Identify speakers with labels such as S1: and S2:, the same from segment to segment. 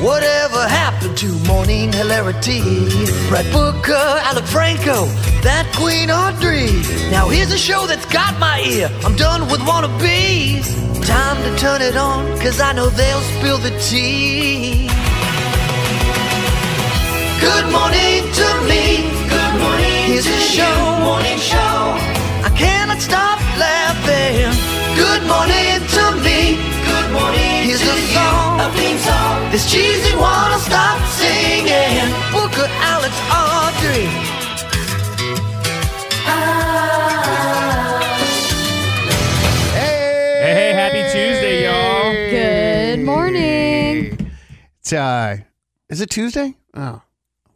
S1: Whatever happened to morning hilarity? Brett Booker, Alec Franco, that Queen Audrey. Now here's a show that's got my ear. I'm done with wannabes. Time to turn it on, cause I know they'll spill the tea. Good morning to me. Good morning. Here's a show. Morning show. I cannot stop laughing. Good morning to me. Good morning. Here's a song. A theme song. This cheesy one will stop singing. Booker, Alex, Audrey.
S2: Hey, hey, happy Tuesday, y'all.
S3: Good morning.
S4: It's uh, is it Tuesday? Oh,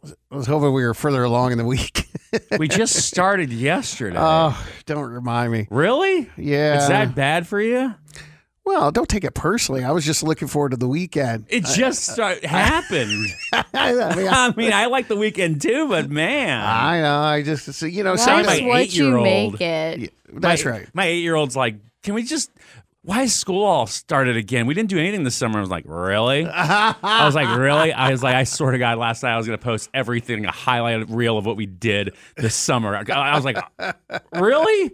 S4: I was hoping we were further along in the week.
S2: We just started yesterday.
S4: oh, don't remind me.
S2: really?
S4: Yeah.
S2: Is that bad for you?
S4: Well, don't take it personally. I was just looking forward to the weekend.
S2: It just start- happened.
S4: I, mean, I,
S2: I mean, I like the weekend too, but man.
S4: I know. I just so, you know.
S2: sounds
S3: Life's
S2: like
S4: Sometimes,
S2: an
S3: what you
S2: eight-year-old.
S3: make it.
S4: that's
S2: my,
S4: right.
S2: My eight year old's like, can we just, why is school all started again? We didn't do anything this summer. I was like, really? I was like, really? I was like, I swear to God, last night I was going to post everything, a highlight reel of what we did this summer. I- I was like, really?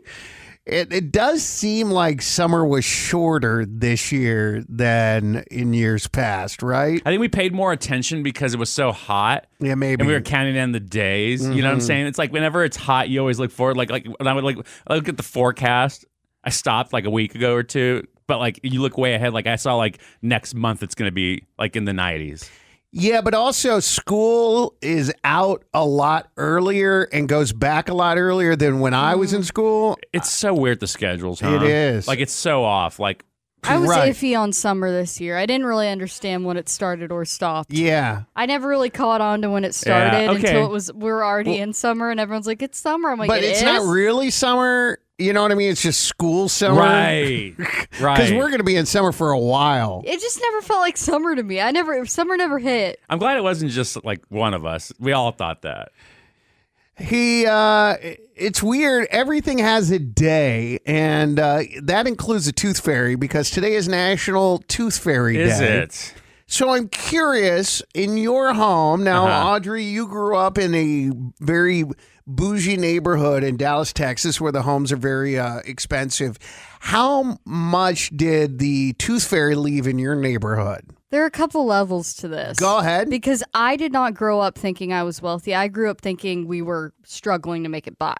S4: It, it does seem like summer was shorter this year than in years past, right?
S2: I think we paid more attention because it was so hot.
S4: Yeah, maybe. Mm-hmm.
S2: And we were counting down the days. You know what I'm saying? It's like whenever it's hot, you always look forward. Like like when I would like I look at the forecast. I stopped like a week ago or two, but like you look way ahead. Like I saw like next month it's gonna be like in the 90s.
S4: Yeah, but also school is out a lot earlier and goes back a lot earlier than when I was in school.
S2: Mm. It's so weird the schedules. Huh?
S4: It is.
S2: like it's so off. Like
S3: I was
S4: Right.
S3: iffy on summer this year. I didn't really understand when it started or stopped.
S4: Yeah.
S3: I never really caught on to when it started
S2: okay.
S3: until it was we were already in summer and everyone's like, "It's summer." I'm like,
S4: but
S3: "It
S4: it's not
S3: is?"
S4: really summer. You know what I mean? It's just school summer.
S2: right, right.
S4: Because we're going to be in summer for a while.
S3: It just never felt like summer to me. I never summer never hit.
S2: I'm glad it wasn't just like one of us. We all thought that.
S4: He, uh, it's weird. Everything has a day, and uh, that includes the Tooth Fairy because today is National Tooth Fairy
S2: Is
S4: Day.
S2: it?
S4: So I'm curious in your home now,
S2: Uh-huh.
S4: Audrey, you grew up in a very bougie neighborhood in Dallas, Texas, where the homes are very uh, expensive. How much did the Tooth Fairy leave in your neighborhood?
S3: There are a couple levels to this.
S4: Go ahead.
S3: Because I did not grow up thinking I was wealthy. I grew up thinking we were struggling to make it by.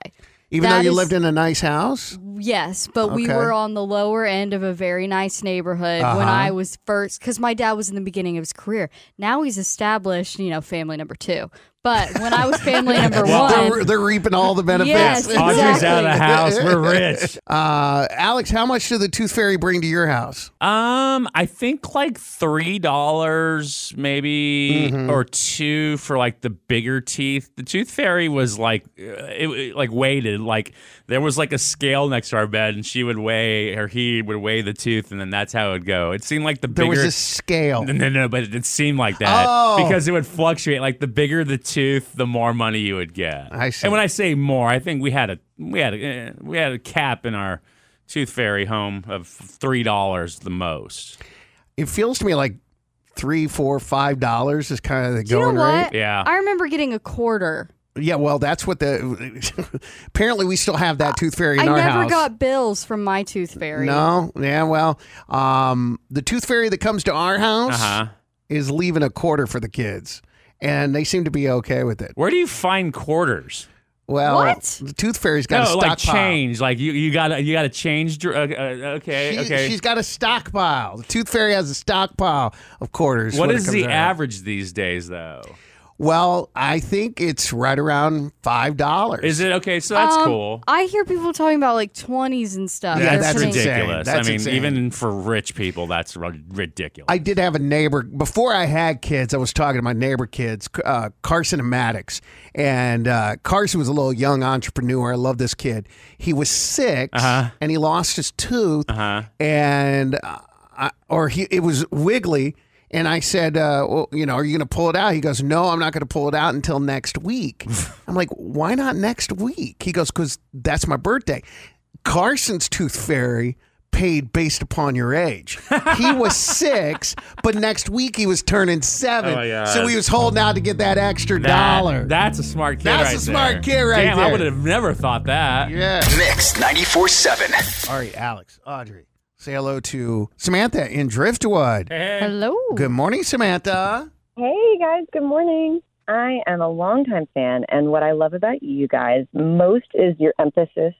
S4: Even though
S3: That
S4: you
S3: is-
S4: lived in a nice house?
S3: Yes, but we
S4: Okay. Uh-huh.
S3: were on the lower end of a very nice neighborhood when I was first, because my dad was in the beginning of his career. Now he's established, you know, family number two. But when I was family number
S4: They're,
S3: one,
S4: they're reaping all the benefits.
S3: Yes,
S2: Audrey's out of the
S3: Exactly.
S2: house. We're rich.
S4: Uh, Alex, how much did the Tooth Fairy bring to your house?
S2: Um, I think like three dollars, maybe
S4: Mm-hmm.
S2: or two for like the bigger teeth. The tooth fairy was like, uh, it, it, like weighted. Like there was like a scale next to our bed, and she would weigh or he would weigh the tooth, and then that's how it would go. It seemed like the
S4: There
S2: bigger.
S4: was a scale.
S2: no, no, no, but it, it seemed like that
S4: Oh.
S2: because it would fluctuate. Like the bigger the tooth, the more money you would get.
S4: I see.
S2: And when I say more, I think we had a we had a, eh, we had a cap in our tooth fairy home of three dollars the most.
S4: It feels to me like three, four, five dollars is kind of the
S3: you know
S4: going
S3: what?
S4: rate.
S2: Yeah.
S3: I remember getting a quarter.
S4: Yeah, well, that's what the. apparently, we still have that tooth fairy in
S3: I
S4: our
S3: never
S4: house.
S3: got bills from my tooth fairy.
S4: no, yeah, well, um, the tooth fairy that comes to our house
S2: Uh-huh.
S4: is leaving a quarter for the kids, and they seem to be okay with it.
S2: Where do you find quarters?
S4: Well,
S3: What?
S4: the tooth fairy's
S2: No,
S4: got a stockpile.
S2: like change. Like you, you got to you got to change. dr- Uh, uh, okay,
S4: She,
S2: okay.
S4: She's got a stockpile. The tooth fairy has a stockpile of quarters.
S2: what
S4: when it
S2: is
S4: comes
S2: the
S4: out.
S2: average these days, though?
S4: Well, I think it's right around five dollars.
S2: Is it okay? So that's
S3: Um,
S2: cool.
S3: I hear people talking about like 20s and stuff.
S4: Yeah,
S3: They're
S2: that's
S3: putting-
S4: insane.
S2: ridiculous. I
S4: That's
S2: mean,
S4: insane.
S2: even for rich people, that's r- ridiculous.
S4: I did have a neighbor before I had kids. I was talking to my neighbor kids, uh, Carson and Maddox, and uh, Carson was a little young entrepreneur. I love this kid. He was 6 and he lost his tooth, and uh, I, or he it was wiggly. And I said, uh, well, you know, are you going to pull it out? He goes, no, I'm not going to pull it out until next week. I'm like, why not next week? He goes, because that's my birthday. Carson's tooth fairy paid based upon your age. He was six, but next week he was turning seven.
S2: Oh, my God.
S4: so he was holding out to get that extra
S2: That-
S4: dollar.
S2: That's a smart kid.
S4: That's
S2: right
S4: a smart
S2: there.
S4: kid right
S2: Damn, I
S4: there.
S2: would have never thought that.
S4: yeah.
S1: Mix 94.7.
S4: All right, Alex, Audrey, say hello to Samantha in Driftwood.
S3: Hello.
S4: Good morning, Samantha.
S5: Hey guys, good morning. I am a longtime fan, and what I love about you guys most is your emphasis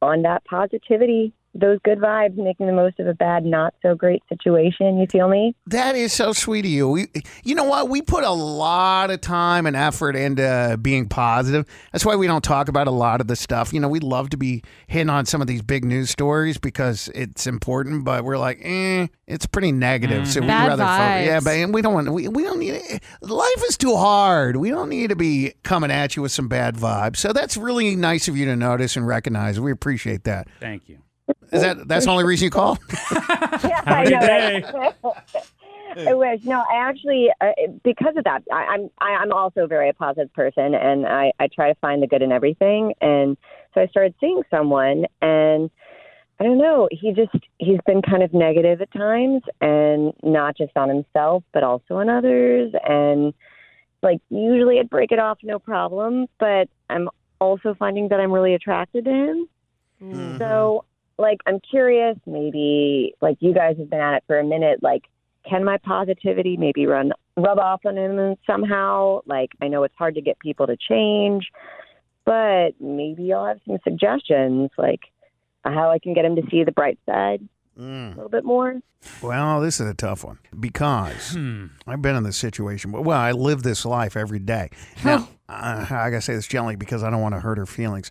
S5: on that positivity, those good vibes, making the most of a bad, not so great situation. You feel me?
S4: That is so sweet of you. We, you know what? We put a lot of time and effort into being positive. That's why we don't talk about a lot of the stuff. You know, we love to be hitting on some of these big news stories because it's important, but we're like, eh, it's pretty negative. So we
S3: Mm-hmm. Bad
S4: rather focus. Yeah,
S3: vibes.
S4: but and we don't want we, we don't need life is too hard. We don't need to be coming at you with some bad vibes. So that's really nice of you to notice and recognize. We appreciate that.
S2: Thank you.
S4: Is that that's the only reason you call?
S5: Yeah,
S2: Have a good day.
S5: I wish. No, I actually, uh, because of that, I, I'm I, I'm also a very a positive person, and I I try to find the good in everything. And so I started seeing someone, and I don't know, he just he's been kind of negative at times, and not just on himself, but also on others. And like usually, I'd break it off, no problem. But I'm also finding that I'm really attracted to him. So, like, I'm curious. Maybe, like, you guys have been at it for a minute. Like, can my positivity maybe run rub off on him somehow? Like, I know it's hard to get people to change, but maybe y'all have some suggestions, like how I can get him to see the bright side a little bit more.
S4: Well, this is a tough one because
S2: Hmm.
S4: I've been in this situation. Well, I live this life every day. Now, uh, I gotta say this gently because I don't want to hurt her feelings.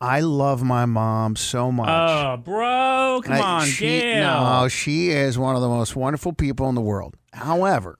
S4: I love my mom so much.
S2: Oh, bro, come
S4: I-
S2: on,
S4: she,
S2: Gail.
S4: No, she is one of the most wonderful people in the world. However,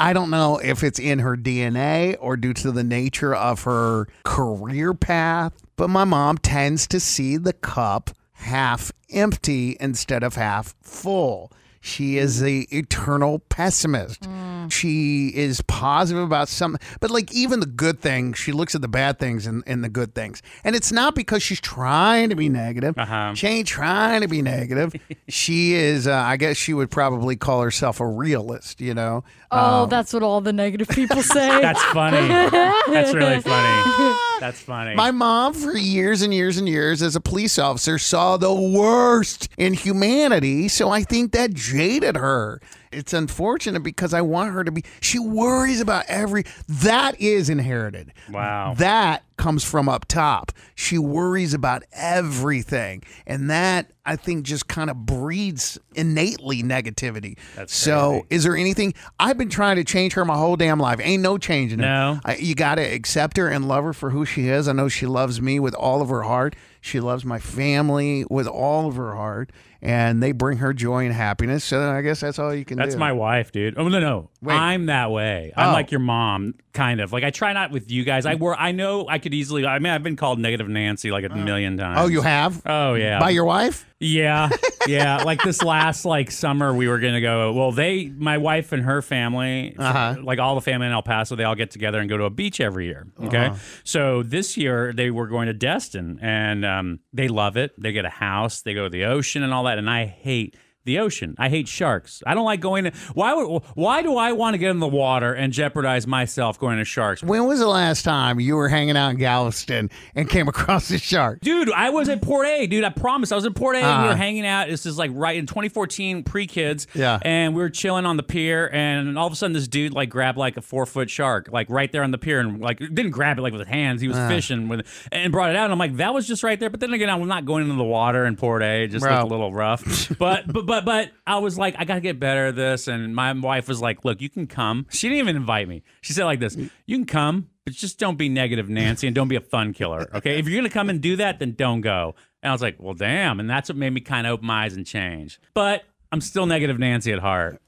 S4: I don't know if it's in her DNA or due to the nature of her career path, but my mom tends to see the cup half empty instead of half full. She is the eternal pessimist. She is positive about something, but like even the good things, she looks at the bad things and, and the good things. And it's not because she's trying to be negative.
S2: Uh-huh.
S4: She ain't trying to be negative. she is, uh, I guess she would probably call herself a realist, you know?
S3: Oh, that's what all the negative people say.
S2: Um, That's funny. That's really funny. That's funny.
S4: My mom, for years and years and years as a police officer, saw the worst in humanity. So I think that jaded her. It's unfortunate because I want her to be, she worries about every, that is inherited.
S2: Wow.
S4: That comes from up top. She worries about everything. And that, I think, just kind of breeds innately negativity. so, is there anything? I've been trying to change her my whole damn life. Ain't no changing her.
S2: No.
S4: I, you got to accept her and love her for who she is. I know she loves me with all of her heart. She loves my family with all of her heart, and they bring her joy and happiness. So I guess that's all you can
S2: That's
S4: do.
S2: my wife, dude. Oh no, no,
S4: Wait.
S2: I'm that way. I'm
S4: Oh.
S2: like your mom, kind of. Like I try not with you guys. I were. I know I could easily. I mean, I've been called negative Nancy like a million times.
S4: Oh, you have?
S2: Oh yeah.
S4: By your wife?
S2: Yeah, yeah. like this last like summer, we were gonna go. Well, they, my wife and her family,
S4: Uh-huh.
S2: like all the family in El Paso, they all get together and go to a beach every year. Okay,
S4: Uh-huh.
S2: so this year they were going to Destin, and um, they love it. They get a house, they go to the ocean, and all that. And I hate the ocean. I hate sharks. I don't like going to. Why would? Why do I want to get in the water and jeopardize myself going to sharks?
S4: When was the last time you were hanging out in Galveston and came across a shark? Uh,
S2: Dude, I was at Port A, dude. I promise. I was at Port A
S4: Ah.
S2: and we were hanging out. This is like right in 2014, pre kids.
S4: Yeah.
S2: And we were chilling on the pier. And all of a sudden, this dude like grabbed like a four foot shark, like right there on the pier and like didn't grab it like with his hands. He was fishing with and brought it out. And I'm like, that was just right there. But then again, I'm not going into the water in Port A. It just
S4: Bro.
S2: looked a little rough. but, but, but, but I was like, I got to get better at this. And my wife was like, look, you can come. She didn't even invite me. She said like this, you can come but just don't be negative Nancy and don't be a fun killer. Okay. if you're going to come and do that, then don't go. And I was like, well, damn. And that's what made me kind of open my eyes and change. But I'm still negative Nancy at heart.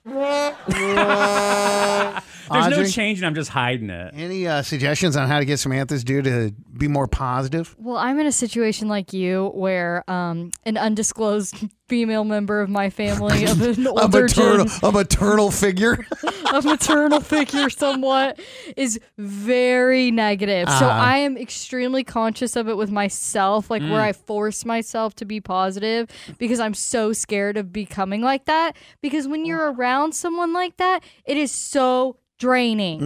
S2: There's no
S4: Audrey?
S2: change and I'm just hiding it.
S4: Any uh, suggestions on how to get Samantha's due to be more positive?
S3: Well, I'm in a situation like you where um, an undisclosed female member of my family, of an
S4: A
S3: older
S4: maternal,
S3: gen,
S4: a maternal figure.
S3: a maternal figure somewhat, is very negative. So I am extremely conscious of it with myself, like where I force myself to be positive because I'm so scared of becoming like that. Because when you're around someone like that, it is so draining.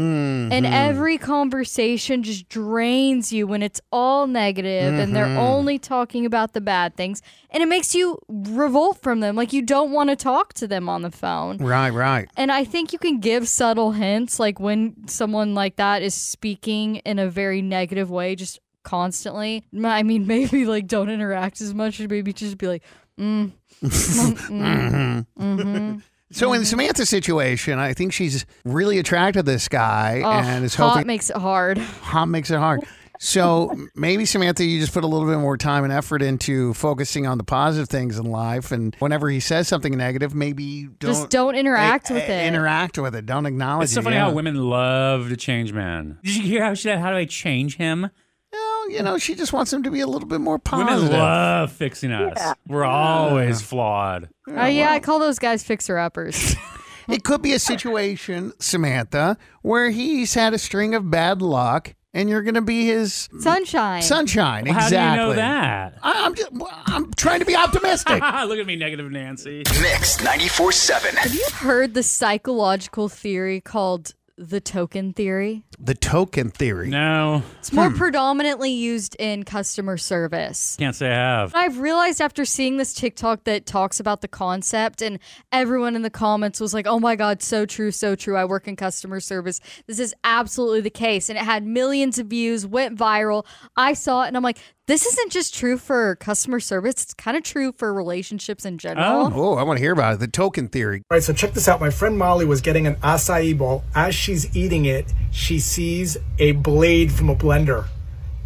S3: And every conversation just drains you when it's all negative and they're only talking about the bad things. And it makes you revolt from them. Like you don't want to talk to them on the phone.
S4: right, right.
S3: And I think you can give subtle hints, like when someone like that is speaking in a very negative way, just constantly. M- I mean, maybe like don't interact as much, or maybe just be like, mm, mm-hmm.
S4: So in Samantha's situation, I think she's really attracted to this guy
S3: oh,
S4: and is
S3: hot
S4: hoping
S3: makes it hard.
S4: hot makes it hard. So maybe Samantha, you just put a little bit more time and effort into focusing on the positive things in life, and whenever he says something negative, maybe don't
S3: Just don't interact
S4: eh,
S3: with
S4: eh,
S3: it.
S4: Interact with it. Don't acknowledge.
S2: It's so
S4: it,
S2: funny
S4: yeah.
S2: how women love to change men. Did you hear how she said, how do I change him?
S4: Well, you know, she just wants him to be a little bit more positive.
S2: Women Oh, love fixing us. We're always flawed.
S3: Uh, yeah, I call those guys fixer uppers.
S4: It could be a situation, Samantha, where he's had a string of bad luck, and you're going to be his
S3: Sunshine.
S4: sunshine.
S2: How
S4: exactly.
S2: do you know that?
S4: I, I'm just, I'm trying to be optimistic.
S2: Look at me, negative Nancy.
S1: Mix 94.7.
S3: Have you heard the psychological theory called the token theory?
S4: the token theory.
S2: No, Hmm.
S3: It's more
S4: Hmm.
S3: predominantly used in customer service.
S2: can't say I have.
S3: I've realized after seeing this TikTok that talks about the concept, and everyone in the comments was like, oh my God, so true, so true. I work in customer service. This is absolutely the case. And it had millions of views, went viral. I saw it and I'm like, this isn't just true for customer service, it's kind of true for relationships in general.
S4: Oh, I want to hear about it. The token theory.
S6: All right, so check this out. My friend Molly was getting an acai bowl. As she's eating it, she sees a blade from a blender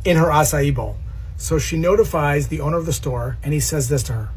S6: in her acai bowl. So she notifies the owner of the store, and he says this to her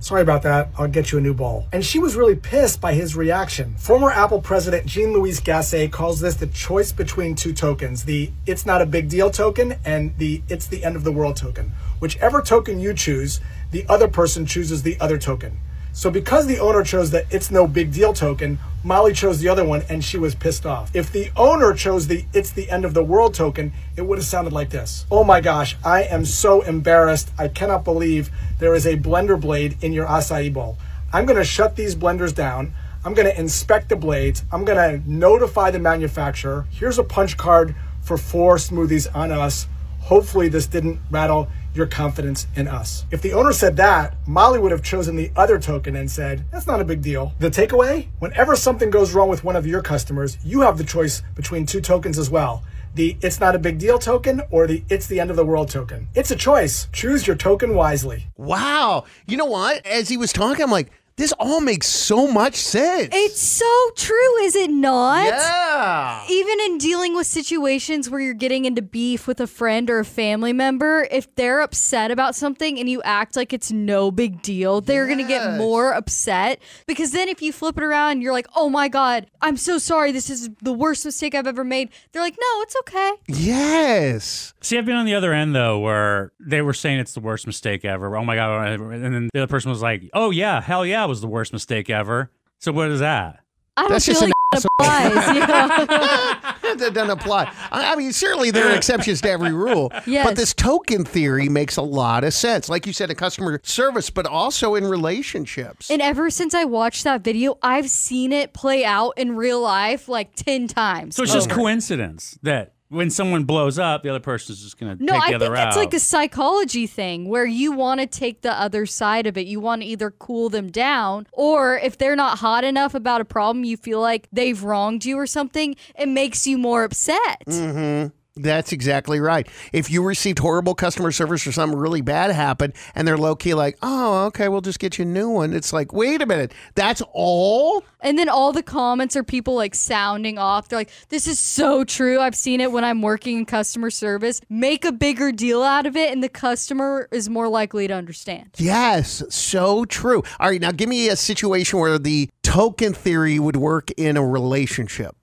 S6: Sorry about that. I'll get you a new bowl. And she was really pissed by his reaction. Former Apple president Jean Louis Gasset calls this the choice between two tokens the it's not a big deal token and the it's the end of the world token. Whichever token you choose, the other person chooses the other token. So because the owner chose the it's no big deal token, Molly chose the other one and she was pissed off. If the owner chose the it's the end of the world token, it would have sounded like this. Oh my gosh, I am so embarrassed. I cannot believe there is a blender blade in your acai bowl. I'm going to shut these blenders down. I'm going to inspect the blades. I'm going to notify the manufacturer. Here's a punch card for four smoothies on us. Hopefully, this didn't rattle your confidence in us. If the owner said that, Molly would have chosen the other token and said, That's not a big deal. The takeaway whenever something goes wrong with one of your customers, you have the choice between two tokens as well the It's Not a Big Deal token or the It's the End of the World token. It's a choice. Choose your token wisely.
S4: Wow. You know what? As he was talking, I'm like, this all makes so much sense.
S3: It's so true, is it not?
S4: yeah.
S3: even in dealing with situations where you're getting into beef with a friend or a family member, if they're upset about something and you act like it's no big deal, they're going to get
S4: Yes.
S3: more upset. Because then if you flip it around and you're like, oh my God, I'm so sorry. This is the worst mistake I've ever made. They're like, no, it's okay.
S4: Yes.
S2: See, I've been on the other end though, where they were saying it's the worst mistake ever. Oh my god! And then the other person was like, "Oh yeah, hell yeah, it was the worst mistake ever." So what is that?
S3: I don't
S4: That's
S3: feel
S4: just
S3: like
S4: an asshole.
S3: applies. yeah.
S4: that doesn't apply. I I mean, certainly there are exceptions to every rule. But
S3: Yes.
S4: this token theory makes a lot of sense. Like you said, in customer service, but also in relationships.
S3: And ever since I watched that video, I've seen it play out in real life like 10 times.
S2: So it's just
S4: Oh
S3: over.
S2: coincidence that when someone blows up, the other person's just going to
S3: No,
S2: take the
S3: I
S2: other
S3: think
S2: route.
S3: it's like a psychology thing where you want to take the other side of it. You want to either cool them down, or if they're not hot enough about a problem, you feel like they've wronged you or something, it makes you more upset.
S4: Mm-hmm. That's exactly right. If you received horrible customer service or something really bad happened and they're low key like, oh, okay, we'll just get you a new one. It's like, wait a minute. That's all?
S3: And then all the comments are people like sounding off. They're like, this is so true. I've seen it when I'm working in customer service. Make a bigger deal out of it, and the customer is more likely to understand.
S4: Yes, so true. All right, now give me a situation where the token theory would work in a relationship.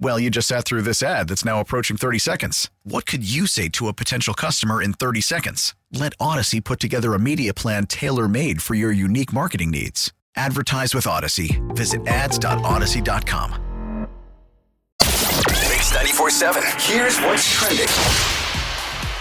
S7: Well, you just sat through this ad that's now approaching 30 seconds. What could you say to a potential customer in 30 seconds? Let Odyssey put together a media plan tailor made for your unique marketing needs. Advertise with Odyssey. Visit ads.odyssey.com.
S8: Mix 94.7. Here's what's trending.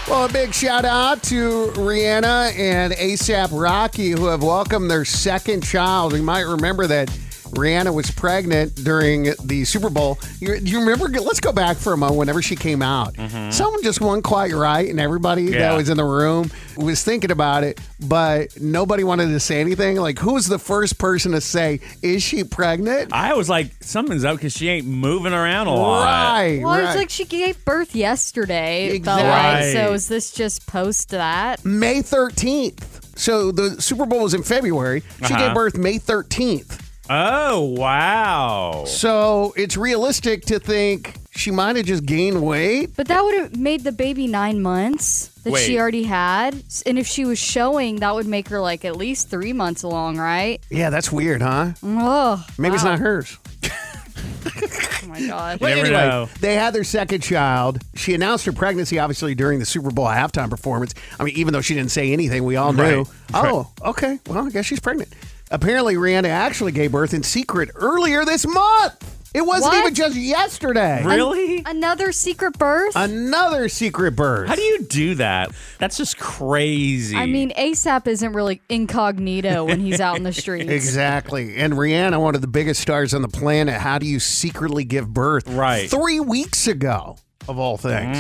S4: Well, a big shout out to Rihanna and ASAP Rocky who have welcomed their second child. You might remember that Rihanna was pregnant during the Super Bowl. You, you remember? Let's go back for a moment. Whenever she came out, someone just wasn't quite right, and everybody
S2: Mm-hmm. Yeah.
S4: that was in the room was thinking about it, but nobody wanted to say anything. Like, who was the first person to say, "Is she pregnant?"
S2: I was like, something's up because she ain't moving around a lot.
S4: Right.
S3: Well,
S4: right.
S3: it's like she gave birth yesterday. It felt
S4: Exactly.
S3: like. So is this just post that?
S4: May 13th. So the Super Bowl was in February. She gave birth May 13th.
S2: Uh-huh. Oh wow!
S4: So it's realistic to think she might have just gained weight.
S3: But that would have made the baby nine months that
S2: Wait.
S3: she already had. S- And if she was showing, that would make her like at least three months along, right?
S4: Yeah, that's weird, huh?
S3: Oh,
S4: Maybe it's not hers.
S3: oh my God.
S2: You never know.
S4: They had their second child. She announced her pregnancy, obviously, during the Super Bowl halftime performance. I mean, even though she didn't say anything, we all knew.
S2: Right.
S4: Oh, okay. Well, I guess she's pregnant. Apparently, Rihanna actually gave birth in secret earlier this month. It wasn't
S3: What?
S4: even just yesterday.
S2: Really?
S3: Another secret birth?
S4: Another secret birth.
S2: How do you do that? That's just crazy.
S3: I mean, ASAP isn't really incognito when he's out in the streets.
S4: Exactly. And Rihanna, one of the biggest stars on the planet, how do you secretly give birth?
S2: Right. Mm.
S4: Three weeks ago, of all things.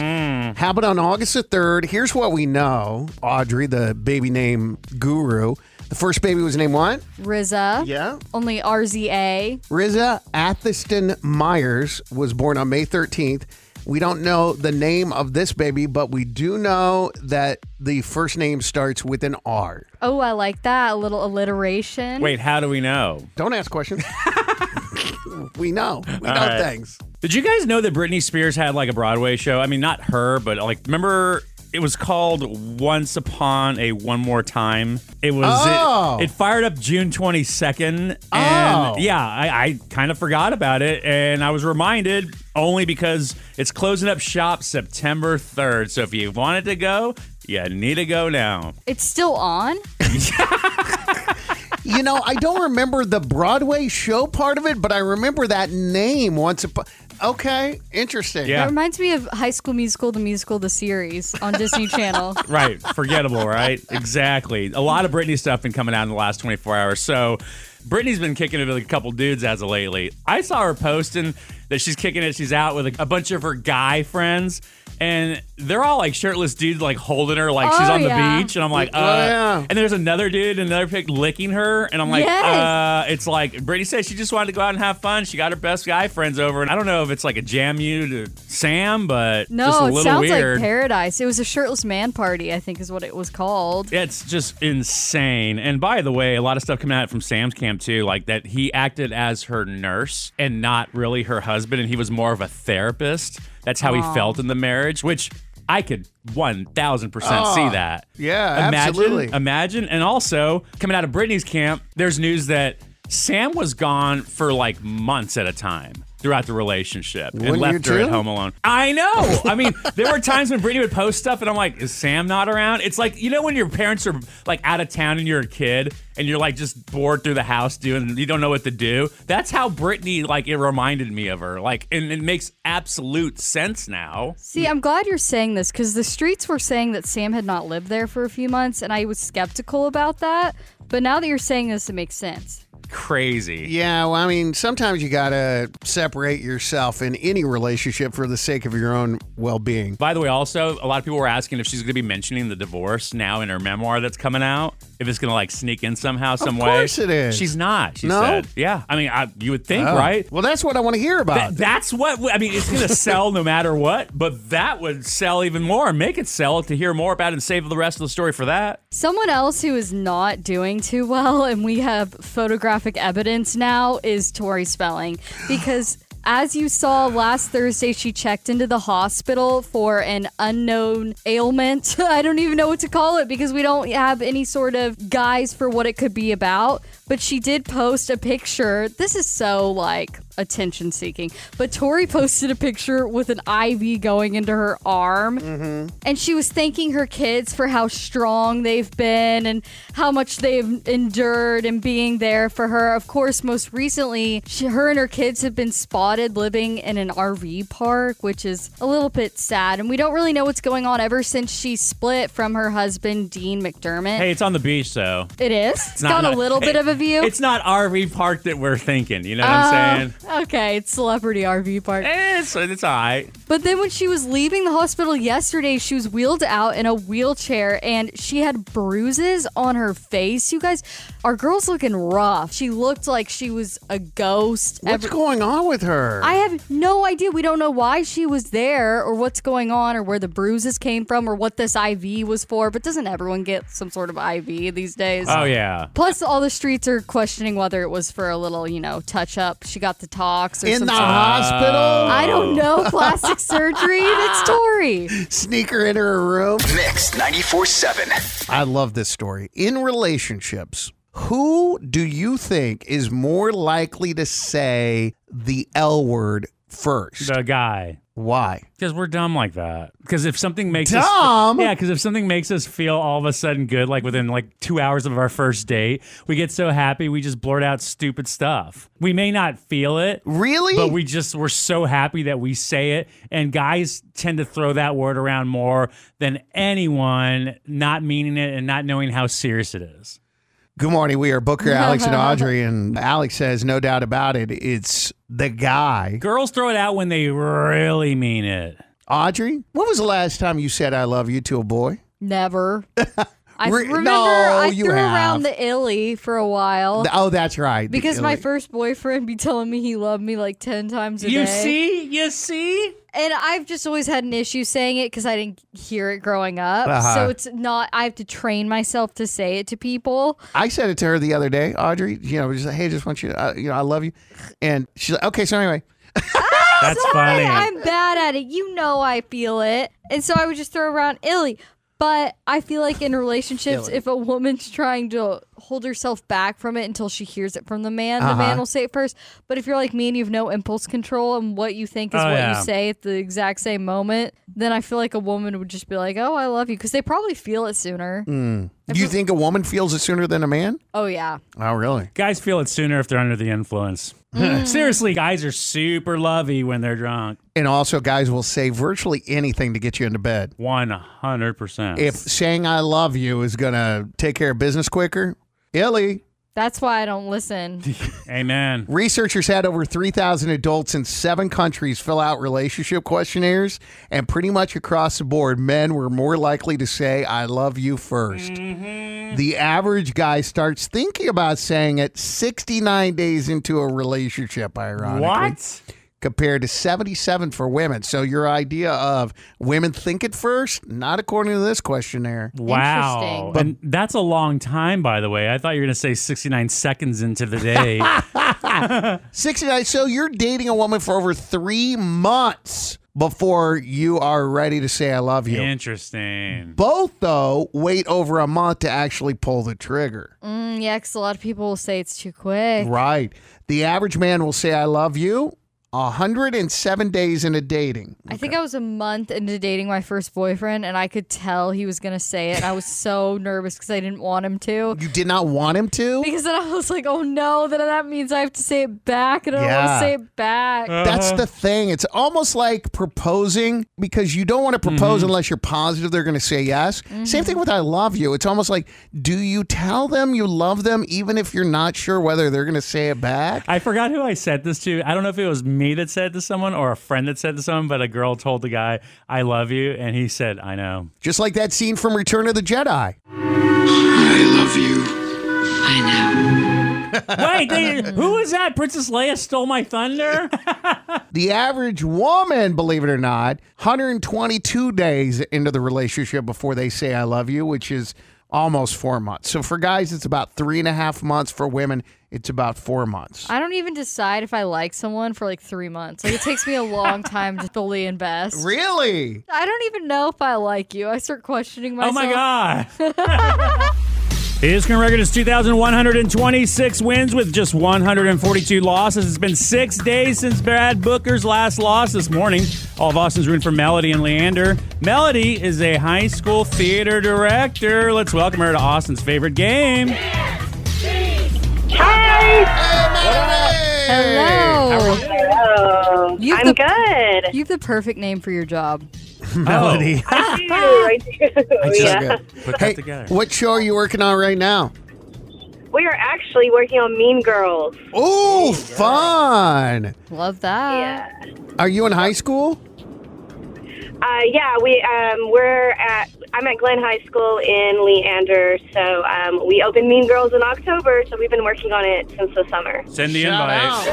S4: Happened on August the 3rd. Here's what we know Audrey, the baby name guru. The first baby was named what?
S3: Rizza.
S4: Yeah.
S3: Only RZA.
S4: Riza Athelston Myers was born on May 13th. We don't know the name of this baby, but we do know that the first name starts with an R.
S3: Oh, I like that. A little alliteration.
S2: wait, how do we know?
S4: Don't ask questions. we know. We know
S2: All right.
S4: things.
S2: Did you guys know that Britney Spears had like a Broadway show? I mean, not her, but like, remember it was called Once Upon a One More Time? It was, it-
S4: Oh.
S2: it, fired up June 22nd. And yeah, I, I kind of forgot about it. And I was reminded only because it's closing up shop September 3rd. So if you wanted to go, you need to go now.
S3: It's still on?
S4: You know, I don't remember the Broadway show part of it, but I remember that name once upon. Okay, interesting.
S3: That reminds me of High School Musical, the musical, the series on Disney Channel.
S2: right. Forgettable, right? Exactly. A lot of Britney stuff been coming out in the last 24 hours. So Britney's been kicking it with a couple dudes as of lately. I saw her posting that she's kicking it. She's out with a, a bunch of her guy friends. And they're all like shirtless dudes, like holding her, like she's
S9: Oh,
S2: on the
S9: yeah.
S2: beach. And I'm like, uh.
S9: Oh, yeah.
S2: And there's another dude, another pic licking her. And I'm like,
S9: Yes.
S2: uh, it's like, Britney says she just wanted to go out and have fun. She got her best guy friends over. And I don't know if it's like a jam you to Sam, but just a
S3: No, it
S2: little
S3: sounds
S2: weird.
S3: like paradise. It was a shirtless man party, I think is what it was called.
S2: It's just insane. And by the way, a lot of stuff coming out from Sam's camp too, like that he acted as her nurse and not really her husband, and he was more of a therapist. That's how
S4: Aw.
S2: he felt in the marriage, which I could one thousand percent see
S4: Oh,
S2: that.
S4: yeah,
S2: imagine,
S4: absolutely.
S2: Imagine, and also coming out of Britney's camp, there's news that Sam was gone for like months at a time throughout the relationship
S9: Wouldn't
S2: and
S9: you
S2: left her at
S9: too?
S2: home alone. I know. I mean, there were times when Brittany would post stuff, and I'm like, "Is Sam not around?" It's like you know when your parents are like out of town and you're a kid, and you're like just bored through the house doing, you don't know what to do. That's how Brittany like it reminded me of her. Like, and it makes absolute sense now.
S3: See, I'm glad you're saying this because the streets were saying that Sam had not lived there for a few months, and I was skeptical about that. But now that you're saying this, it makes sense.
S2: Crazy.
S4: Yeah, well, I mean, sometimes you got to separate yourself in any relationship for the sake of your own well being.
S2: By the way, also a lot of people were asking if she's going to be mentioning the divorce now in her memoir that's coming out. If it's going to like sneak in somehow, some way.
S4: course it is.
S2: She's not. She
S4: No?
S2: said, "Yeah, I mean, I, you would think,
S4: Oh.
S2: right?
S4: Well, that's what I want to hear about.
S2: Th- that's what I mean. It's going to sell no matter what, but that would sell even more. Make it sell to hear more about it and save the rest of the story for that.
S3: Someone else who is not doing too well, and we have photographic evidence now, is Tori Spelling. Because as you saw last Thursday, she checked into the hospital for an unknown ailment. I don't even know what to call it because we don't have any sort of guise for what it could be about. But she did post a picture. This is so like attention seeking. But Tori posted a picture with an IV going into her arm. And she was thanking her kids for how strong they've been and how much they've endured and being there for her. Of course, most recently, she, her and her kids have been spotted living in an RV park, which is a little bit sad. And we don't really know what's going on ever since she split from her husband, Dean McDermott.
S2: Hey, it's on the beach, so
S3: Eh. it is.
S2: it's
S3: It's got a little bit of a view.
S2: It's not RV park that we're thinking. You know what I'm saying?
S3: Oh, Okay, it's celebrity RV park.
S2: It's it's all right.
S3: But then when she was leaving the hospital yesterday, she was wheeled out in a wheelchair and she had bruises on her face. You guys, our girl's looking rough. She looked like she was a ghost.
S4: What's
S3: Every-
S4: going on with her?
S3: I have no idea. We don't know why she was there or what's going on or where the bruises came from or what this IV was for. But doesn't everyone get some sort of IV these days?
S2: Oh, yeah.
S3: Plus, all the streets are questioning whether it was for a little, you know, touch up. She got the talks or
S4: In
S3: some
S4: the
S3: sort of-
S4: hospital?
S3: I don't
S4: Oh.
S3: know. Plastic surgery. That's Tori.
S4: Sneak her into her room.
S8: Mix 94.7.
S4: I love this story. In relationships, who do you think is more likely to say the L word first?
S2: The guy.
S4: Why?
S2: Because we're dumb like that. Because if something makes
S4: Dumb?
S2: us yeah, because if something makes us feel all of a sudden good, like within like two hours of our first date, we get so happy we just blurt out stupid stuff. We may not feel it,
S4: really,
S2: but we just we're so happy that we say it. And guys tend to throw that word around more than anyone, not meaning it and not knowing how serious it is.
S4: Good morning. We are Booker, Alex, and Audrey. And Alex says, no doubt about it, it's the guy.
S2: Girls throw it out when they really mean it.
S4: Audrey, when was the last time you said I love you to a boy?
S3: Never. I
S4: Re-
S3: remember
S4: no,
S3: I
S4: you
S3: threw
S4: have.
S3: around the illy for a while.
S4: Oh, that's right. the
S3: because my
S4: illy.
S3: first boyfriend be telling me he loved me like 10 times a
S2: You
S3: day.
S2: see? You see?
S3: And I've just always had an issue saying it because I didn't hear it growing up.
S4: Uh-huh.
S3: So it's not, I have to train myself to say it to people.
S4: I said it to her the other day, Audrey. You know, just like, hey, just want you, to, uh, you know, I love you, and she's like, okay. So anyway,
S2: That's
S3: Sorry,
S2: funny.
S3: Oh, I'm bad at it. You know I feel it. And so I would just throw around illy. But I feel like in relationships,
S9: Illy.
S3: if a woman's trying to hold herself back from it until she hears it from the man, the
S9: Uh-huh.
S3: man will say it first. But if you're like me and you have no impulse control and what you think is
S9: Oh,
S3: what
S9: yeah.
S3: you say at the exact same moment, then I feel like a woman would just be like, oh, I love you. Because they probably feel it sooner.
S4: Mm. Do you think a woman feels it sooner than a man?
S3: Oh, yeah.
S4: Oh, really? Mm.
S2: Guys feel it sooner if they're under the influence. Seriously, guys are super lovey when they're drunk.
S4: And also, guys will say virtually anything to get you into bed.
S2: 100%.
S4: If saying I love you is going to take care of business quicker, Illy.
S3: That's why I don't listen.
S2: Amen.
S4: Researchers had over 3,000 adults in seven countries fill out relationship questionnaires, and pretty much across the board, men were more likely to say, I love you 1st
S2: Mm-hmm.
S4: The average guy starts thinking about saying it 69 days into a relationship, ironically.
S2: What?
S4: Compared to 77 for women. So, your idea of women think it first, not according to this questionnaire.
S2: Wow.
S4: But
S2: and that's a long time, by the way. I thought you were going to say 69 seconds into the day.
S4: 69. So you're dating a woman for over three months before you are ready to say I love you.
S2: Interesting.
S4: Both, though, wait over a month to actually pull the trigger.
S3: Mm, yeah, 'cause a lot of people will say it's too quick.
S4: Right. The average man will say I love you 107 days into dating.
S3: I think I was a month into dating my first boyfriend, and I could tell he was gonna say it. And I was so nervous because I didn't want him to.
S4: You did not want him to?
S3: Because then I was like, "Oh no!" Then that means I have to say it back, and I don't want
S4: Yeah.
S3: to say it back.
S2: Uh-huh.
S4: That's the thing. It's almost like proposing because you don't want to propose unless you're positive they're going to say yes. Same thing with I love you. It's almost like do you tell them you love them even if you're not sure whether they're going to say it back?
S2: I forgot who I said this to. I don't know if it was me that said it to someone or a friend that said it to someone, but a girl told the guy, I love you. And he said, I know.
S4: Just like that scene from Return of the Jedi.
S2: I love you. I know. Wait, they, who was that? Princess Leia stole my thunder?
S4: The average woman, believe it or not, 122 days into the relationship before they say I love you, which is almost four months. So for guys, it's about three and a half months. For women, it's about four months.
S3: I don't even decide if I like someone for like three months. Like it takes me a long time to fully invest.
S4: Really?
S3: I don't even know if I like you. I start questioning
S2: Oh
S3: myself.
S2: my God. His current record is 2,126 wins with just 142 losses. It's been six days since Brad Booker's last loss this morning. All of Austin's rooting for Melody and Leander. Melody is a high school theater director. Let's welcome her to Austin's favorite game.
S3: Hello.
S10: Hello.
S3: You have
S10: I'm
S3: the-
S10: good.
S3: You have the perfect name for your job.
S4: Oh. Melody.
S10: I do. I do.
S3: Oh,
S4: That's so
S10: yeah.
S4: good. hey, What show are you working on right now?
S10: We are actually working on Mean Girls.
S4: Oh, fun.
S3: Love that.
S4: Are you in high school?
S10: Uh, yeah, we um, we're at. I'm at Glen High School in Leander, so um, we opened Mean Girls in October. So we've been working on it since the summer.
S2: Send the invite.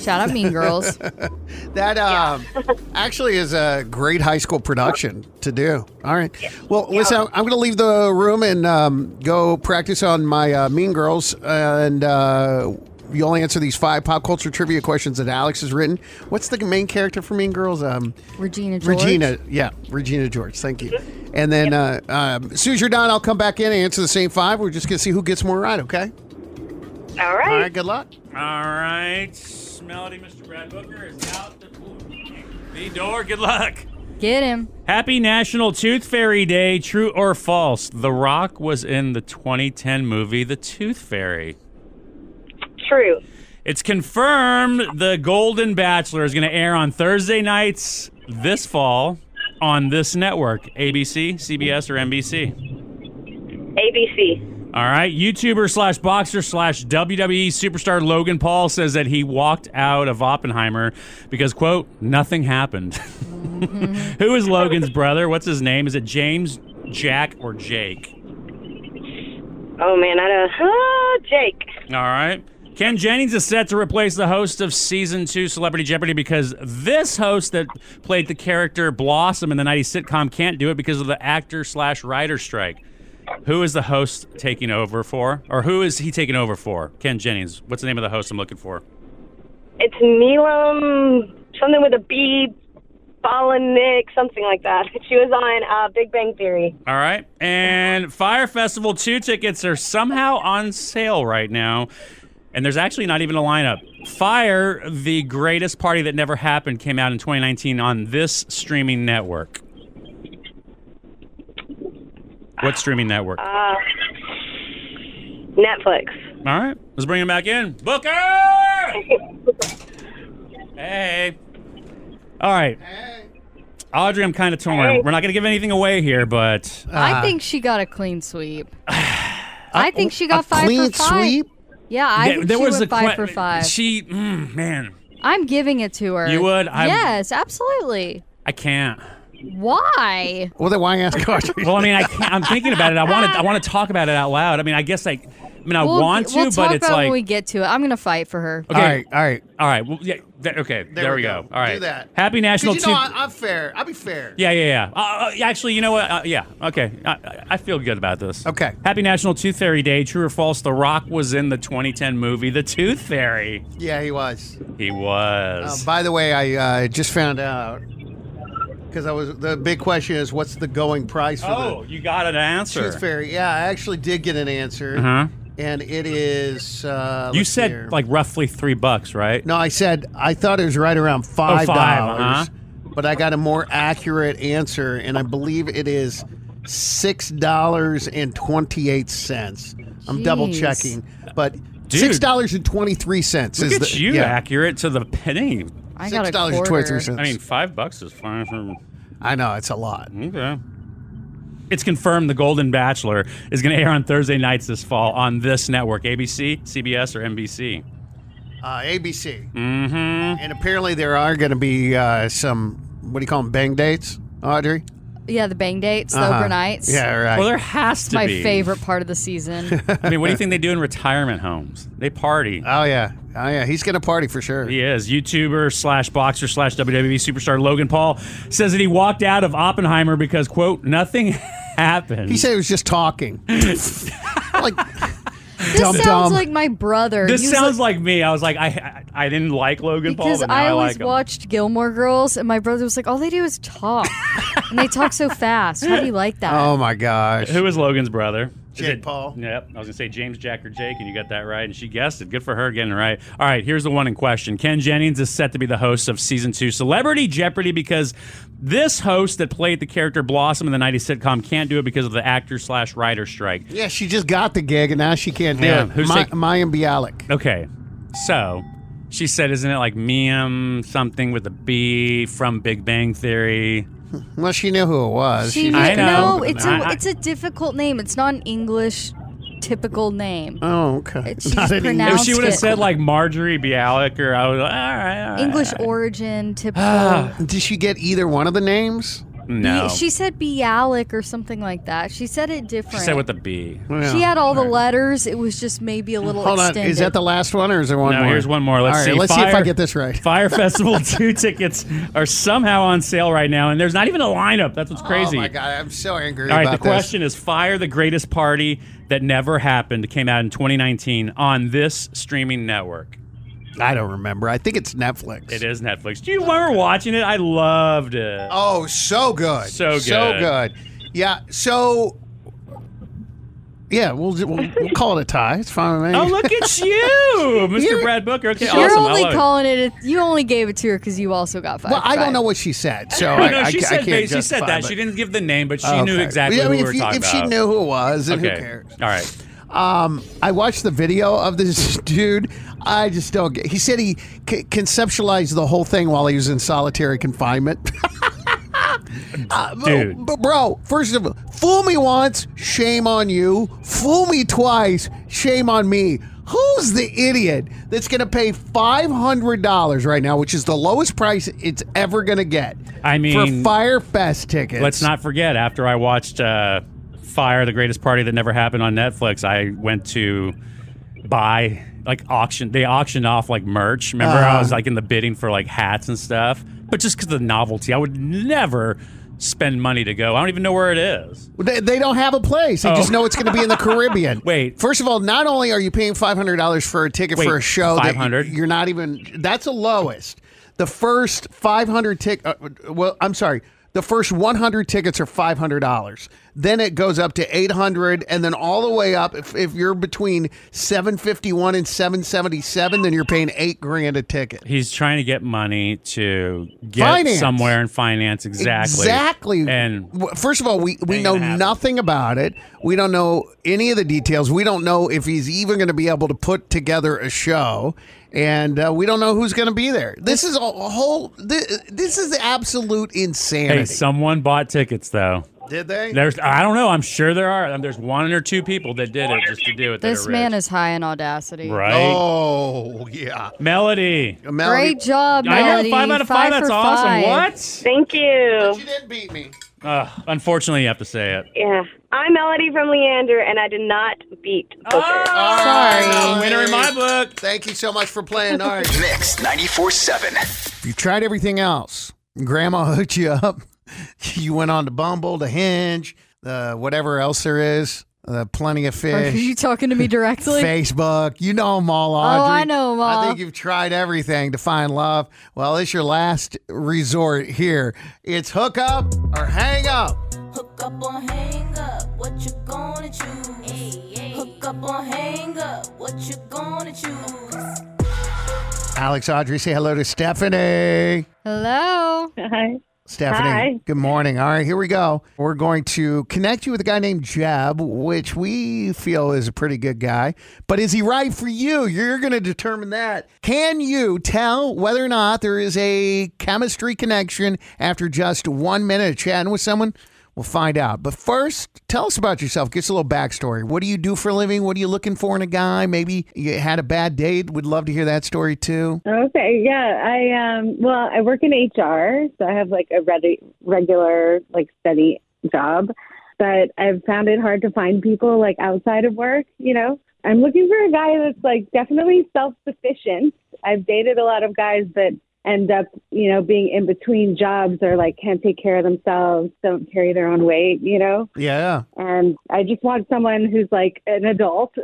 S3: Shout out Mean Girls.
S4: that um, actually is a great high school production to do. All right. Well, listen, I'm going to leave the room and um, go practice on my uh, Mean Girls. And uh, you'll answer these five pop culture trivia questions that Alex has written. What's the main character for Mean Girls? Um,
S3: Regina George.
S4: Regina, yeah, Regina George. Thank you. And then, uh, um, as soon as you're done, I'll come back in and answer the same five. We're just gonna see who gets more right. Okay.
S10: All
S4: right. All right. Good luck.
S2: All right. Melody, Mr. Brad Booker is out the, the door. Good luck.
S3: Get him.
S2: Happy National Tooth Fairy Day. True or false? The Rock was in the 2010 movie The Tooth Fairy.
S10: True.
S2: It's confirmed the Golden Bachelor is going to air on Thursday nights this fall on this network ABC, CBS, or NBC.
S10: ABC.
S2: All right. YouTuber slash boxer slash WWE superstar Logan Paul says that he walked out of Oppenheimer because, quote, nothing happened. Mm-hmm. Who is Logan's brother? What's his name? Is it James, Jack, or Jake?
S10: Oh man, I don't. Ah, Jake.
S2: All right. Ken Jennings is set to replace the host of season two Celebrity Jeopardy because this host that played the character Blossom in the 90s sitcom can't do it because of the actor slash writer strike. Who is the host taking over for? Or who is he taking over for? Ken Jennings. What's the name of the host I'm looking for?
S10: It's Milam, something with a B, Balanik, something like that. She was on uh, Big Bang Theory.
S2: All right. And Fire Festival 2 tickets are somehow on sale right now. And there's actually not even a lineup. Fire, the greatest party that never happened, came out in 2019 on this streaming network. What streaming network? All
S10: Uh, Netflix.
S2: right. Let's bring him back in. Booker! Hey. All right. Audrey, I'm kind of torn. We're not going to give anything away here, but. uh,
S4: Uh,
S3: I think she got a clean sweep. I think she got five
S2: clean
S3: for five.
S2: sweep?
S3: Yeah, I think she went five
S2: que-
S3: for five.
S2: She, mm, man,
S3: I'm giving it to her.
S2: You would? I-
S3: yes, absolutely.
S2: I can't.
S3: Why?
S4: Well, then why ask Audrey?
S2: well, I mean, I can't, I'm thinking about it. I want to. I want to talk about it out loud. I mean, I guess like, I mean, I
S3: We'll-
S2: want to,
S3: we'll
S2: but
S3: talk
S2: it's
S3: about it
S2: like,
S3: when we get to it. I'm gonna fight for her.
S2: okay,
S4: all right,
S2: all right. Well, yeah, th- okay, there, we go. All right,
S4: Do that.
S2: Happy National.
S4: Because, you know,
S2: Tooth-
S4: I, I'm fair. I'll be fair.
S2: yeah, yeah, yeah. Uh, uh, actually, you know what? Uh, yeah. Okay. I- I, I feel good about this. Okay. Happy National Tooth Fairy Day. True or false? The Rock was in the 2010 movie The Tooth Fairy.
S4: Yeah, he was.
S2: He
S4: Uh,
S2: was.
S4: by the way, I uh, just found out because I was the big question is what's the going price for
S2: oh, you got an
S4: the
S2: answer.
S4: Tooth Fairy? Yeah, I actually did get an answer,
S2: Uh-huh.
S4: and it is. Uh,
S2: You
S4: let's see
S2: said
S4: here.
S2: like roughly three bucks, right? Oh,
S4: no. I said I thought it was right around
S2: five,
S4: five dollars,
S2: uh-huh.
S4: but I got a more accurate answer, and I believe it is six dollars and twenty eight cents. I'm double
S2: Jeez.
S4: checking, but six dollars and twenty three cents
S2: Look
S4: is
S2: at
S4: the
S2: you
S4: yeah.
S2: accurate to the penny.
S3: I got a
S4: $6.23. quarter.
S2: I mean, five bucks is fine. For...
S4: I know it's a lot.
S2: Okay. It's confirmed the Golden Bachelor is going to air on Thursday nights this fall on this network: ABC, CBS, or NBC.
S4: Uh, ABC.
S2: Mm-hmm.
S4: And apparently there are going to be uh, some, what do you call them, bang dates, Audrey?
S3: Yeah, the bang dates, the
S4: Uh-huh.
S3: overnights.
S4: Yeah, right. Well, there has
S3: It's
S2: to
S3: my
S2: be.
S3: favorite part of the season.
S2: I mean, what do you think they do in retirement homes? They party.
S4: Oh yeah, oh yeah. He's going to party for sure.
S2: He is YouTuber slash boxer slash WWE superstar Logan Paul says that he walked out of Oppenheimer because quote nothing happened.
S4: He said it was just talking.
S3: this
S2: Dumb,
S3: sounds
S2: dumb.
S3: like my brother.
S2: This
S3: He was
S2: sounds like, me. I was like, I I didn't like Logan
S3: Because
S2: Paul, but now
S3: I
S2: I,
S3: always
S2: like him.
S3: watched Gilmore Girls, and my brother was like, "All they do is talk, and they talk so fast. How do you like that?"
S4: Oh my gosh.
S2: Who is Logan's brother?
S4: Jake Paul.
S2: Yep. I was gonna say James, Jack, or Jake, and you got that right. And she guessed it. Good for her getting it right. All right, here's the one in question. Ken Jennings is set to be the host of season two Celebrity Jeopardy because this host that played the character Blossom in the 90s sitcom can't do it because of the actor slash writer strike.
S4: yeah, she just got the gig and now she can't do
S2: Yeah,
S4: it.
S2: who's
S4: My,
S2: taking-
S4: Mayim Bialik.
S2: Okay. So she said, isn't it like Miam something with a B from Big Bang Theory?
S4: Well, she knew who it was.
S3: She
S2: I
S3: didn't-
S2: know.
S3: No, it's
S2: I-
S3: a
S2: I-
S3: it's a difficult name. It's not an English typical name.
S4: Oh, okay.
S3: She just
S2: If
S3: pronounced
S2: she would
S3: it
S2: have said like Marjorie Bialik, or I would all right, all right.
S3: English origin typical.
S4: Ah, Did she get either one of the names?
S2: No.
S3: She said Bialik or something like that. She said it different.
S2: She said with a B.
S3: She had all the letters. It was just maybe a little
S4: Mm. Hold
S3: extended.
S4: on. Is that the last one or is there one
S2: no,
S4: more?
S2: here's one more. Let's
S4: All right,
S2: see.
S4: Let's see if I
S2: Fire-
S4: get this right.
S2: Fire Festival 2 tickets are somehow on sale right now, and there's not even a lineup. That's what's crazy.
S4: Oh my god, I'm so angry.
S2: All right, the
S4: about this.
S2: question is Fire the Greatest Party That Never Happened came out in 2019 on this streaming network.
S4: I don't remember. I think it's Netflix.
S2: It is Netflix. Do you remember watching it? I loved it.
S4: Oh, so good.
S2: So good.
S4: So good. Yeah. So, yeah, we'll, we'll, we'll call it a tie. It's fine with me.
S2: Oh, look at you, mister
S4: You're-
S2: Brad Booker. Okay,
S3: You're
S2: awesome. I
S3: only
S2: love it.
S3: calling it. a- You only gave it to her because you also got five.
S4: Well,
S3: for
S4: I don't
S3: five.
S4: know what she said, so
S2: No,
S4: I,
S2: no,
S4: I,
S2: she
S4: ca- I
S2: said
S4: can't
S2: ba- she said
S4: justify,
S2: that
S4: but- Oh,
S2: she didn't give the name, but she knew
S4: Okay.
S2: exactly
S4: Yeah, I
S2: who
S4: mean,
S2: we
S4: if
S2: were
S4: you-
S2: talking
S4: if she
S2: about.
S4: knew who it was, then who
S2: okay.
S4: cares?
S2: All right.
S4: Um, I watched the video of this dude. I just don't get. He said he c- conceptualized the whole thing while he was in solitary confinement. Uh, but-
S2: Dude.
S4: but bro, first of all, fool me once, shame on you. Fool me twice, shame on me. Who's the idiot that's going to pay five hundred dollars right now, which is the lowest price it's ever going to get?
S2: I mean-
S4: for Firefest tickets.
S2: Let's not forget, after I watched uh, Fire, the greatest party that never happened on Netflix, I went to buy like auction. They auctioned off like merch. Remember, I
S4: Uh-huh.
S2: was like in the bidding for like hats and stuff. But just because of the novelty, I would never spend money to go. I don't even know where it is.
S4: They, they don't have a place. They
S2: Oh.
S4: just know it's going to be in the Caribbean.
S2: Wait.
S4: First of all, not only are you paying five hundred dollars for a ticket for
S2: Wait,
S4: a show, that
S2: 500?
S4: you're not even. That's the lowest. The first five hundred tick. Uh, well, I'm sorry. The first 100 tickets are $500. Then it goes up to 800 and then all the way up if, if you're between 751 and 777 then you're paying 8 grand a ticket.
S2: He's trying to get money to get
S4: Finance.
S2: somewhere and finance exactly.
S4: Exactly.
S2: And
S4: W- First of all, we, we know nothing about it. We don't know any of the details. We don't know if he's even going to be able to put together a show, and uh, we don't know who's going to be there. This is a whole. This, this is absolute insanity.
S2: hey, someone bought tickets though.
S4: Did they?
S2: There's I don't know. I'm sure there are. Um, There's one or two people that did it just to do it. that
S3: This
S2: are
S3: man
S2: rich.
S3: is high in audacity.
S2: right.
S4: Oh yeah,
S2: Melody.
S3: Great job,
S2: I know,
S3: Melody.
S2: five out of five, that's
S3: for
S2: awesome.
S3: five.
S2: What?
S10: Thank you. But
S4: you did beat me.
S2: Ugh, unfortunately, you have to say it.
S10: Yeah. I'm Melody from Leander, and I did not beat Booker.
S3: Oh,
S4: Sorry.
S2: Winner in my book.
S4: Thank you so much for playing. All right.
S8: Mix 94.7.
S4: If you tried everything else, grandma hooked you up. You went on to Bumble, to Hinge, uh, whatever else there is, uh, plenty of
S3: Are
S4: fish.
S3: you talking to me directly?
S4: Facebook. You know them all,
S3: Oh,
S4: Audrey.
S3: I know 'em all.
S4: I think you've tried everything to find love. Well, it's your last resort here. It's hook up or hang up.
S9: Hook up or hang up, what you gonna choose? Hook up or hang up, what you gonna choose?
S4: Alex, Audrey, say hello to Stephanie.
S3: Hello.
S10: Hi.
S4: Stephanie,
S3: Hi.
S4: good morning. All right, here we go. We're going to connect you with a guy named Jeb, which we feel is a pretty good guy. But is he right for you? You're going to determine that. Can you tell whether or not there is a chemistry connection after just one minute of chatting with someone? We'll find out. But first, tell us about yourself. Give us a little backstory. What do you do for a living? What are you looking for in a guy? Maybe you had a bad date. Would love to hear that story too.
S11: Okay, yeah. I um well, I work in HR, so I have like a ready, regular like steady job, but I've found it hard to find people like outside of work, you know. I'm looking for a guy that's like definitely self-sufficient. I've dated a lot of guys that end up, you know, being in between jobs or like can't take care of themselves, don't carry their own weight, you know.
S4: Yeah.
S11: And I just want someone who's like an adult.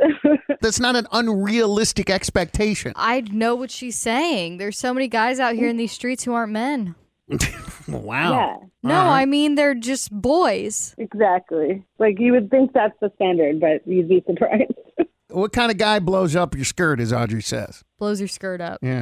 S4: That's not an unrealistic expectation.
S3: I know what she's saying. There's so many guys out here in these streets who aren't men.
S4: Wow.
S3: No,
S4: Uh-huh.
S3: I mean they're just boys.
S11: Exactly. Like you would think that's the standard, but you'd be surprised.
S4: What kind of guy blows up your skirt, as Audrey says?
S3: Blows your skirt up.
S4: Yeah.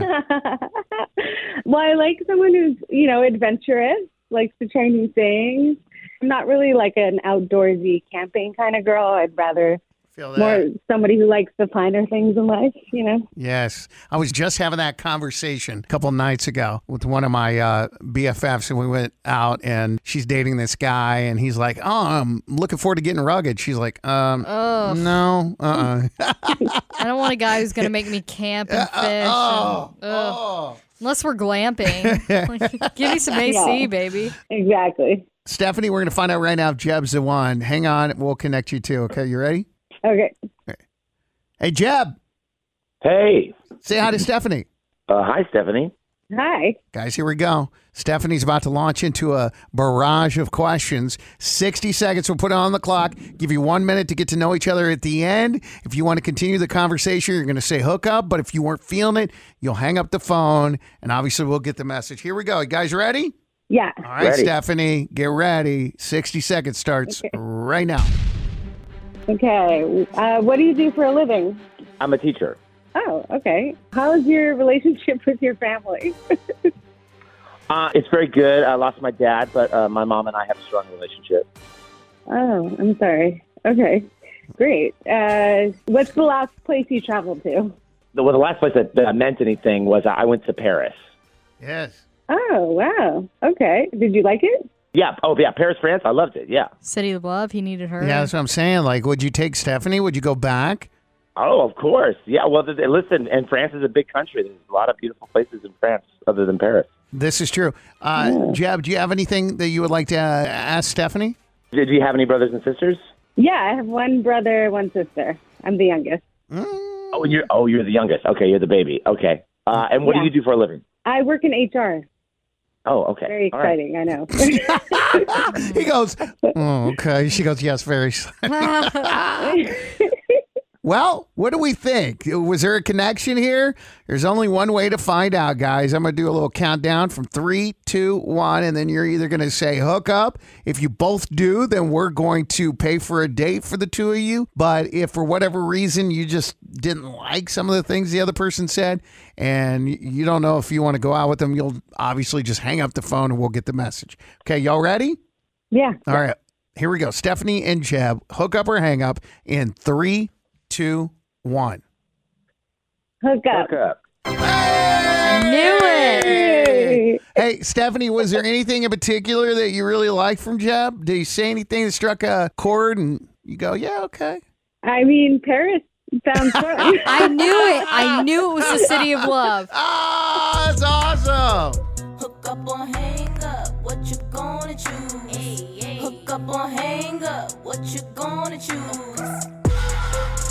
S11: well, I like someone who's, you know, adventurous, likes to try new things. I'm not really like an outdoorsy camping kind of girl. I'd rather
S4: Feel
S11: more somebody who likes the finer things in life, you know.
S4: Yes. I was just having that conversation a couple nights ago with one of my uh, BFFs, and we went out, and she's dating this guy, and he's like, Oh, I'm looking forward to getting rugged. She's like, um,
S3: Ugh.
S4: No, uh uh
S3: I don't want a guy who's gonna make me camp and fish. and-
S4: oh,
S3: ugh. Unless we're glamping. Like, give me some AC,
S11: Yeah.
S3: baby.
S11: Exactly.
S4: Stephanie, we're going to find out right now if Jeb's the one. Hang on. We'll connect you too. Okay. You ready?
S11: Okay.
S4: Hey, Jeb.
S12: Hey.
S4: Say hi to Stephanie.
S12: Uh, hi, Stephanie.
S11: Hi.
S4: Guys, here we go. Stephanie's about to launch into a barrage of questions. 60 seconds. We'll put it on the clock. Give you one minute to get to know each other at the end. If you want to continue the conversation, you're going to say hook up. But if you weren't feeling it, you'll hang up the phone. And obviously, we'll get the message. Here we go. You guys ready?
S11: Yeah.
S4: All right, Stephanie, get ready. 60 seconds starts right now.
S11: Okay. Uh, what do you do for a living?
S12: I'm a teacher.
S11: Oh, okay. How's your relationship with your family?
S12: Uh, it's very good. I lost my dad, but uh, my mom and I have a strong relationship.
S11: Oh, I'm sorry. Okay. Great. Uh, what's the last place you traveled to?
S12: The, well, the last place that, that I meant anything was I went to Paris.
S4: Yes.
S11: Oh, wow. Okay. Did you like it?
S12: Yeah. Oh, yeah. Paris, France. I loved it. Yeah.
S3: City of Love, he needed her.
S4: Yeah, that's what I'm saying. Like, would you take Stephanie? Would you go back?
S12: Oh, of course. Yeah. Well, th- listen, and France is a big country. There's a lot of beautiful places in France other than Paris.
S4: This is true. Uh, Jeb, do you have anything that you would like to uh, ask Stephanie?
S12: Did you have any brothers and sisters?
S11: Yeah, I have one brother, one sister. I'm the youngest.
S12: Oh, you're oh you're the youngest. Okay, you're the baby. Okay. Uh, and what
S11: Yeah.
S12: do you do for a living?
S11: I work in HR.
S12: Oh, okay.
S11: Very
S12: All right.
S11: exciting, I know.
S4: He goes, oh, okay. She goes, yes, very. Well, what do we think? Was there a connection here? There's only one way to find out, guys. I'm going to do a little countdown from three, two, one, and then you're either going to say hook up. If you both do, then we're going to pay for a date for the two of you. But if for whatever reason you just didn't like some of the things the other person said and you don't know if you want to go out with them, you'll obviously just hang up the phone and we'll get the message. Okay, y'all ready?
S11: Yeah.
S4: All right. Here we go. Stephanie and Jeb, hook up or hang up in three, two, one.
S11: Hook up.
S12: Hook up.
S3: Knew
S4: it. Hey, Stephanie, was there anything in particular that you really liked from Jeb? Did he say anything that struck a chord and you go, yeah, okay?
S11: I mean, Paris sounds fun.
S3: I knew it. I knew it was the city of love.
S4: Ah, that's awesome.
S9: Hook up or hang up, what you gonna choose? Hook up or hang up, what you gonna choose?